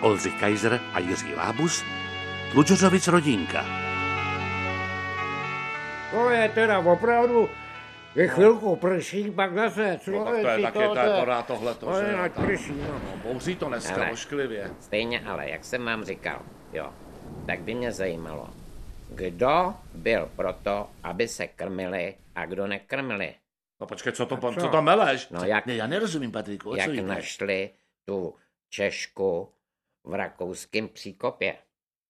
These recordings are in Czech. Olzy Kaiser a Jiří Lábus, Tlučořovic rodinka. To je teda opravdu, je chvilku prší, pak zase No, tak to je člověk taky to, je- to, tohleto, to že je jo, ať tak. prší, no. No, bouří to dneska Ale- ošklivě. Stejně ale, jak jsem vám říkal, jo, tak by mě zajímalo, kdo byl proto, aby se krmili a kdo nekrmili. No počkej, co to, pan, co? co tam meleš? No jak, Ne, já nerozumím, Patriku, o co jak jde? našli tu Češku v rakouském příkopě.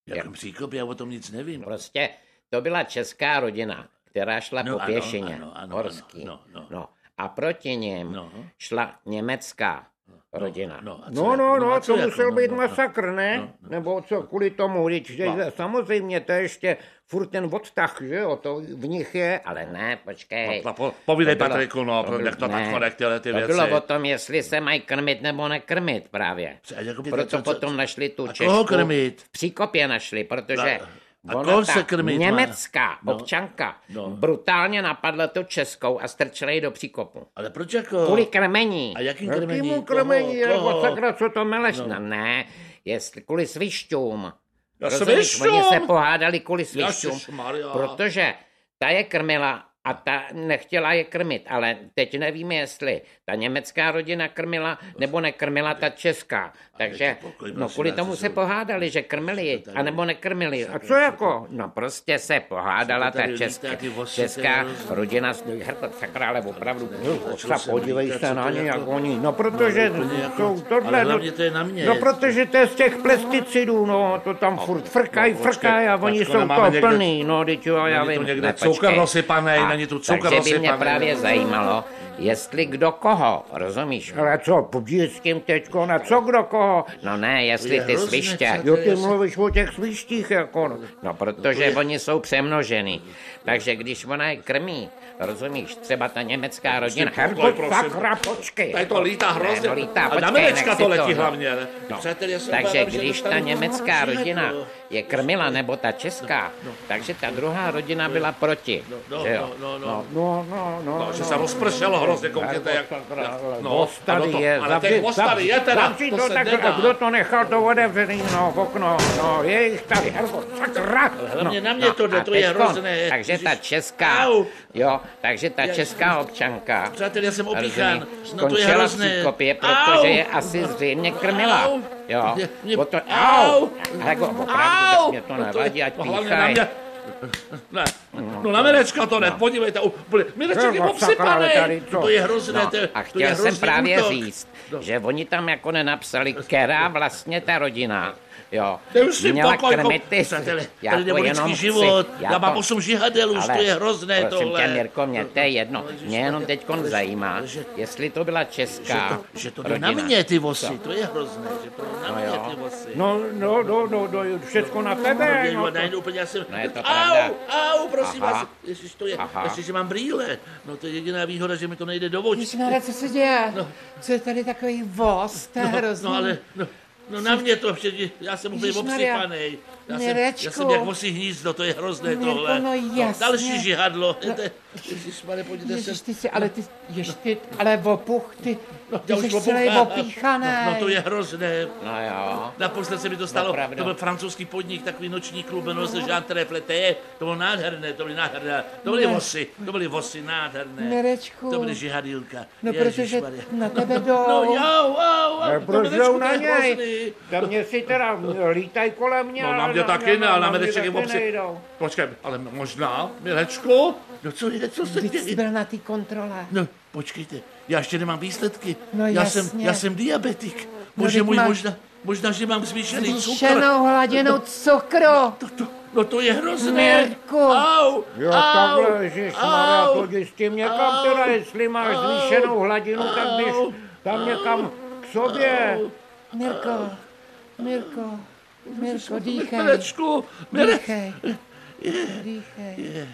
Jako příkop, já o tom nic nevím. Prostě to byla česká rodina, která šla No, po ano, pěšině ano, ano, horský. ano, no, no. a proti ním No. šla německá rodina. No, a co No, jako? no, a no, co to jako? musel být no. masakr, ne? no, no. Nebo co kvůli tomu, když že- samozřejmě to je ještě furt ten odtah, že jo, to v nich je. Ale ne, počkej. No, po- povídej, To bylo- Patriku, no, bylo- nech to ne, takhle, nech tyhle ty to věci. bylo o tom, jestli se mají krmit nebo nekrmit právě. A jako by- Proto co- co- potom našli tu a Češku. koho krmit? V příkopě našli, protože A- a ona koho ta se krmit má? německá No. občanka No. brutálně napadla tu českou a strčila ji do příkopu. Ale proč jako? Kvůli krmení. A jakým krmení? Jakýmu Koho? krmení, Koho? jako sakra, co to meleš? No. ne, jestli kvůli svišťům. Já Rozumíš? svišťům? Oni se pohádali kvůli svišťům, Ježišmarja. protože ta je krmila a ta nechtěla je krmit, ale teď nevíme, jestli ta německá rodina krmila nebo nekrmila ta česká. Takže dejte pokoj, no, prosím kvůli vás, tomu to se jsou- pohádali, že krmili ji, anebo nekrmili. A co jako? No prostě se pohádala Co to ta tady česká, lítáte, vosy, česká to je- rodina. s- Herta, sakra, ale opravdu, No, začalo Se se podívej lítat, se co na to ně, jako- jak oni. No, protože úplně jako- jsou tohle. ale no- hlavně to je na mě, No, jestli- protože to je z těch pesticidů, no, to tam furt frkají, no, počkej, frkají a oni Vačko, jsou nemáme to někde- plný, no, teď jo, já Není vím. tu někde Ne, cukr počkej. rozsypaný, A- není tu cukr Takže by mě rozsypaný. právě zajímalo, jestli kdo koho, rozumíš? Ale co, podívej s tím teďko, na co kdo koho? No ne, jestli je ty hrozné, sviště. co Jo, ty mluvíš o těch svištích, jako. no. No, protože oni jsou přemnožený. Takže když ona je krmí, rozumíš, třeba ta německá rodina... pokoj, Herbo, prosím. sakra, počkej. Tady to lítá hrozně. Ne, no lítá, a na počkej, Milečka nech si to letí to, no. hlavně. ne? Přátelé, já se Takže obávám, že když ta dostanu- německá rodina je krmila, nebo ta česká, takže ta druhá rodina byla proti. že jo? No, no, No, no, no. No, že se rozpršelo hrozně, koukněte, jak... No, tady ano, to- je. Ale ten most tady je teda, Zavři to to se tak, nedá. a kdo to nechal to otevřený, no, v okno, no, je jich tady, herbo, sakra. No, Hlavně na mě tohle, a to je teďkon, hrozné. Takže ta Ježiš. česká, Au. jo, takže ta česká občanka... Přátelé, já jsem opíchán. rozumí, No to je skončila v hrozné. Příkopě, Au. protože je asi zřejmě krmila. Au. Jo, Mě- mě- o to, au, Au. ale jako opravdu, Au. tak mě to nevadí, ať No, hlavně na píchají. mě. Ne, no na Mirečka to ne, podívejte, úplně, Mireček je Herbo, No, sakra, ale popsypaný. tady, co? To je hrozné, No, to, je- a to je chtěl jsem hrozný právě útok. No. říct, že oni tam jako nenapsali, která vlastně ta rodina, jo, To už si měla pokoj, jako- krmit ty, přátelé, já tady jde to o jenom lidský chci, život, já, to- mám osm žihadelů, už to je hrozné prosím tohle. No, Tě, Mirko, mě to je jedno. Mě jenom teď zajímá, jestli to byla česká že to jde rodina. na mě, ty vosy, to je hrozné, že to jde na mě, ty vosy. No, no, no, no, no, všechno na tebe, No, no. najednou úplně já jsem... No, je to pravda. au, au, prosím Aha. vás, ježiš, to je, Aha. ještě, že mám brýle. No to je jediná výhoda, že mi to nejde do očí. Ježišmarja, No, co se děje? Co je tady takový voz? To je hrozný. No ale, no, no na mě to všichni, já jsem úplně Ježišmarja, obsypanej. Já jsem, já Mirečku. jsem jak vosí hnízdo, to je hrozné Mirko, tohle. no jasně. No. další žihadlo. Ježišmarja, pojďte se. Ježiš, ty jsi, ale ty, jež ty, ale opuch, ty, No, ty já jsi už celý opuchám. opíchané. No, no to je hrozné. No jo. Naposled se mi to stalo, Opravdu. to byl francouzský podnik, takový noční klub, jmenoval No. se Jean Trefleté, to bylo nádherné, to byly nádherné, to byly Ne. vosy, to byly vosy nádherné. Nerečku. To byly žihadilka. No protože Ježišmarja. na tebe No jdou. jo, jo, jo, Ne, to Mirečku, prožijou to na je Eh, něj. hrozný. Tam mě si teda lítaj kolem mě. No, na ale mě taky ne, ale na mě Mireček je taky popsy- nejdou. Počkej, ale možná, Mirečku? No co je, co se Vždyť jsi děje? byl na té kontrole. No počkejte, já ještě nemám výsledky. No já, jasně. No, jsem, já jsem diabetik. Bože teď můj, máš- možná, možná, že mám zvýšený cukr. Zvýšenou hladinou cukru. To, to, no to je hrozné. Mirku. Au, Jo, au, takhle, ježišmarja, au. to jdi s tím někam Au. teda, jestli máš Au. zvýšenou hladinu, tak běž Au. tam někam k sobě. Mirko, Mirko, Mirko, dýchej, Mirečku, Mirečku. dýchej, dýchej.